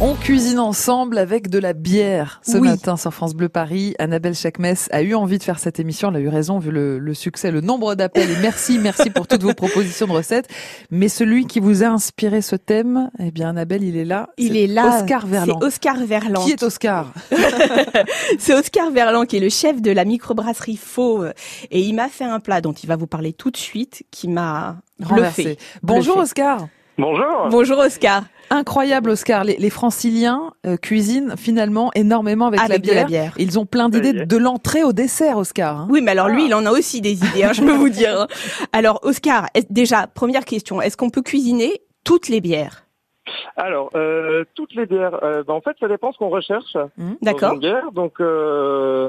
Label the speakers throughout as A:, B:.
A: On cuisine ensemble avec de la bière. Ce
B: Oui.
A: matin sur France Bleu Paris, Annabelle Chakmes a eu envie de faire cette émission. Elle a eu raison vu le, le succès, le nombre d'appels. Et merci, merci pour toutes vos propositions de recettes. Mais celui qui vous a inspiré ce thème, eh bien Annabelle, il est là.
B: Il
A: C'est
B: est là.
A: Oscar Verland.
B: C'est Oscar Verland.
A: Qui est Oscar
B: C'est Oscar Verland qui est le chef de la microbrasserie Fauve. Et il m'a fait un plat dont il va vous parler tout de suite qui m'a bluffé.
A: Renversé. Bonjour
B: Bluffé.
A: Oscar.
C: Bonjour.
B: Bonjour Oscar.
A: Incroyable Oscar. Les, les Franciliens euh, cuisinent finalement énormément avec, la,
B: Avec Ah, de
A: bière.
B: la bière.
A: Ils ont plein d'idées
C: Oui.
A: de l'entrée au dessert, Oscar. hein.
B: Oui, mais alors lui, il en a aussi des idées, hein, je peux vous dire. Alors Oscar, est- déjà, première question, est-ce qu'on peut cuisiner toutes les bières
C: Alors, euh, toutes les bières, euh, bah, en fait, ça dépend ce qu'on recherche dans
B: D'accord
C: une bière. Donc, euh,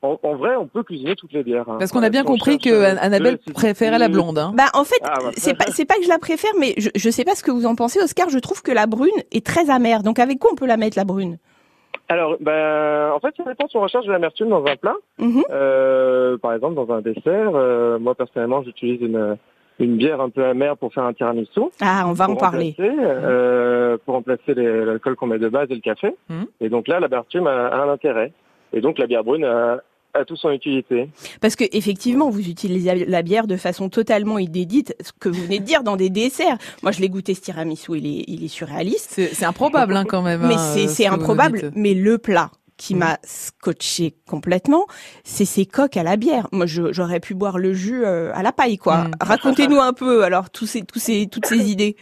C: en, en vrai, on peut cuisiner toutes les bières. hein.
A: Parce qu'on a bien
C: Si on
A: compris
C: cherche,
A: que
C: euh,
A: An- Annabelle
C: deux, six,
A: préférait la
C: six,
A: blonde. hein.
B: bah en fait,
C: Ah, bah.
B: c'est pas c'est pas que je la préfère, mais je je sais pas ce que vous en pensez, Oscar. Je trouve que la brune est très amère. Donc avec quoi on peut la mettre la brune
C: Alors, bah, en fait, ça dépend si on recherche de l'amertume dans un plat.
B: Mhm.
C: Euh, par exemple, dans un dessert, euh, moi, personnellement, j'utilise une, une bière un peu amère pour faire un tiramisu.
B: Ah, on va en
C: pour
B: parler.
C: remplacer, euh, pour remplacer les- l'alcool qu'on met de base et le café.
A: Mhm.
C: Et donc là, l'amertume a, a un intérêt. Et donc, la bière brune a, a tout son utilité.
B: Parce que effectivement, vous utilisez la bière de façon totalement inédite, ce que vous venez de dire dans des desserts. Moi, je l'ai goûté ce tiramisu, il est, il est surréaliste,
A: C'est c'est improbable hein, quand même.
B: mais
A: hein,
B: c'est
A: euh, ce
B: c'est
A: que vous
B: improbable.
A: dites.
B: Mais le plat qui
A: Mm.
B: m'a scotché complètement, c'est ces coques à la bière. Moi, je- j'aurais pu boire le jus euh, à la paille, quoi.
A: Mm.
B: Racontez-nous un peu alors tous ces, tous ces, toutes ces idées.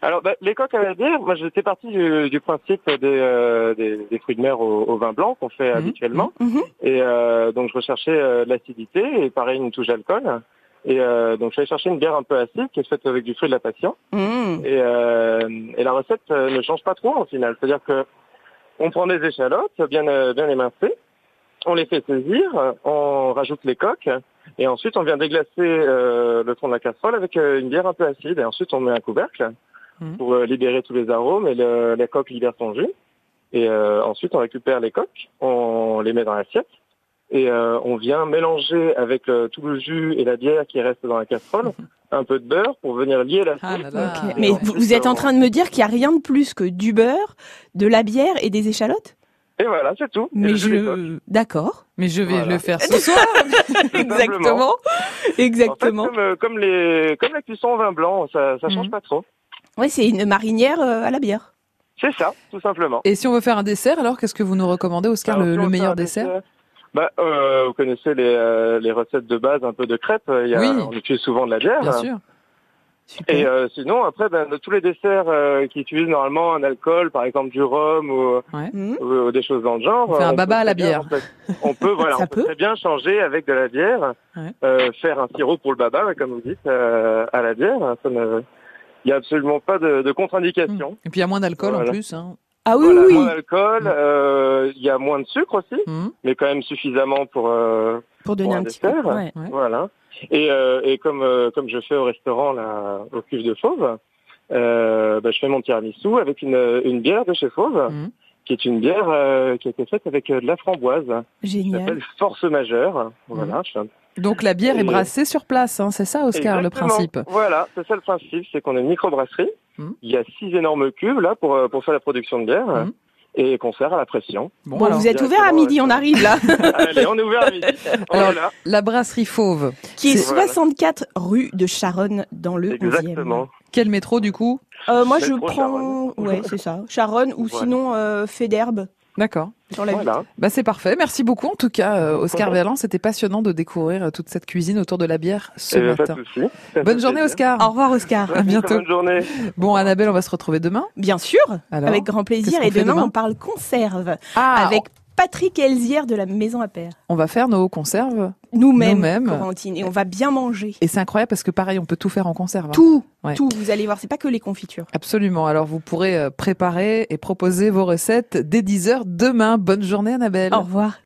C: Alors, bah, les coques à la bière, moi, j'étais parti du, du principe des, euh, des, des fruits de mer au, au vin blanc qu'on fait
A: Mhm.
C: habituellement.
B: Mhm.
C: Et euh, donc, je recherchais euh, de l'acidité et pareil, une touche d'alcool. Et euh, donc, j'allais chercher une bière un peu acide qui est faite avec du fruit de la passion.
B: Mm.
C: Et, euh, et la recette euh, ne change pas trop au final. C'est-à-dire que on prend des échalotes bien, euh, bien émincées, on les fait saisir, on rajoute les coques, et ensuite on vient déglacer euh, le fond de la casserole avec euh, une bière un peu acide, et ensuite on met un couvercle
A: Mhm.
C: pour euh, libérer tous les arômes, et le, la coque libère son jus. Et euh, ensuite on récupère les coques, on les met dans l'assiette, et euh, on vient mélanger avec euh, tout le jus et la bière qui reste dans la casserole un peu de beurre pour venir lier la
A: Ah là là.
B: Ok.
A: Ah,
B: Mais
A: ouais.
B: vous, vous êtes en train de me dire qu'il n'y a rien de plus que du beurre, de la bière et des échalotes
C: Et voilà, c'est tout. Et
B: Mais
C: le jus des coques.
B: je... D'accord.
A: Mais je vais
C: Voilà.
A: le faire ce soir.
B: Exactement.
C: En fait,
B: Exactement.
C: comme, euh, comme les, comme la cuisson au vin blanc, ça, ça change
A: Mhm.
C: pas trop.
B: Ouais, c'est une marinière euh, à la bière.
C: C'est ça, tout simplement.
A: Et si on veut faire un dessert, alors qu'est-ce que vous nous recommandez, Oscar,
C: Alors,
A: le,
C: si
A: le
C: on fait
A: meilleur
C: un
A: dessert,
C: bah, euh, vous connaissez les, euh, les recettes de base un peu de crêpes. euh, Il y a,
A: Oui.
C: On utilise souvent de la bière.
A: Bien sûr.
B: Super.
C: Et euh, sinon, après, ben, de tous les desserts euh, qui utilisent normalement un alcool, par exemple du rhum ou,
B: Hmm.
C: ou, ou Euh, des choses dans le genre.
A: On fait un
C: peut
A: baba à la
C: très bien,
A: bière.
C: en fait, on peut, voilà,
B: Ça
C: on peut,
B: peut.
C: très bien changer avec de la bière,
A: Ouais.
C: euh, faire un sirop pour le baba, hein, comme vous dites, euh, à la bière. Ça ne- Il n'y a absolument pas de, de contre-indication.
A: Et puis il y a moins d'alcool en
C: Voilà.
A: plus. hein.
B: Ah oui,
C: Voilà,
B: oui.
C: moins d'alcool,
A: Mm.
C: euh, il y a moins de sucre aussi,
A: Hum.
C: mais quand même suffisamment pour, euh,
B: Pour donner
C: Pour
B: un
C: un
B: petit coup.
C: dessert.
B: ouais.
A: Ouais.
C: Voilà. Et, euh, et comme euh, comme je fais au restaurant là, au cuve de Fauve, euh, bah, je fais mon tiramisu avec une, euh, une bière de chez Fauve,
A: Mhm.
C: qui est une bière euh, qui a été faite avec euh, de la framboise. qui
B: Génial.
C: s'appelle Force Majeure. Voilà. je fais un-
A: Donc la bière est
C: Et-
A: brassée sur place, hein, c'est ça, Mm. Oscar, le
C: Exactement.
A: principe.
C: Voilà, c'est ça le principe, c'est qu'on a une microbrasserie.
A: Mhm.
C: Il y a six énormes cubes là pour euh, pour faire la production de bière.
A: Mhm.
C: Et qu'on sert à la pression.
A: Bon,
B: Bon,
A: alors,
B: vous êtes ouvert à
C: directement, euh,
B: midi,
C: ouais.
B: on arrive là.
C: Allez, on est ouvert à midi.
A: Alors,
C: Voilà,
A: la brasserie Fauve.
B: qui est
C: C'est- voilà.
B: 64 rue de Charonne dans le 11e.
C: exactement.
A: Quel métro du coup
B: Euh, moi, je
C: Métro
B: prends.
C: Charonne.
B: Ouais, c'est ça. Charonne ou
C: Voilà.
B: sinon euh, d'herbe
A: D'accord.
B: sur la ville.
C: Voilà.
A: Bah c'est parfait. Merci beaucoup en tout cas, euh, Oscar
C: Ouais.
A: Verland. C'était passionnant de découvrir euh, toute cette cuisine autour de la bière ce
C: Euh, pas
A: matin.
C: de souci. Ça
A: Bonne
C: fait
A: journée,
C: plaisir.
A: Oscar.
B: Au revoir, Oscar.
A: À bientôt.
C: Bonne journée.
A: Bon, Annabelle, on va se retrouver demain.
B: Bien sûr,
A: Alors,
B: avec grand
A: qu'est-ce
B: plaisir.
A: qu'on
B: Et
A: fait
B: demain,
A: demain
B: on parle conserve
A: Ah,
B: avec Patrick Elzière de la Maison à Père.
A: on va faire nos conserves.
B: Nous-mêmes,
A: Nous-mêmes.
B: Corentine, et on va bien manger.
A: Et c'est incroyable parce que pareil, on peut tout faire en conserve. hein.
B: Tout,
A: Ouais.
B: tout. Vous allez voir, c'est pas que les confitures.
A: Absolument. Alors vous pourrez euh, préparer et proposer vos recettes dès 10h demain. Bonne journée, Annabelle.
B: Au revoir.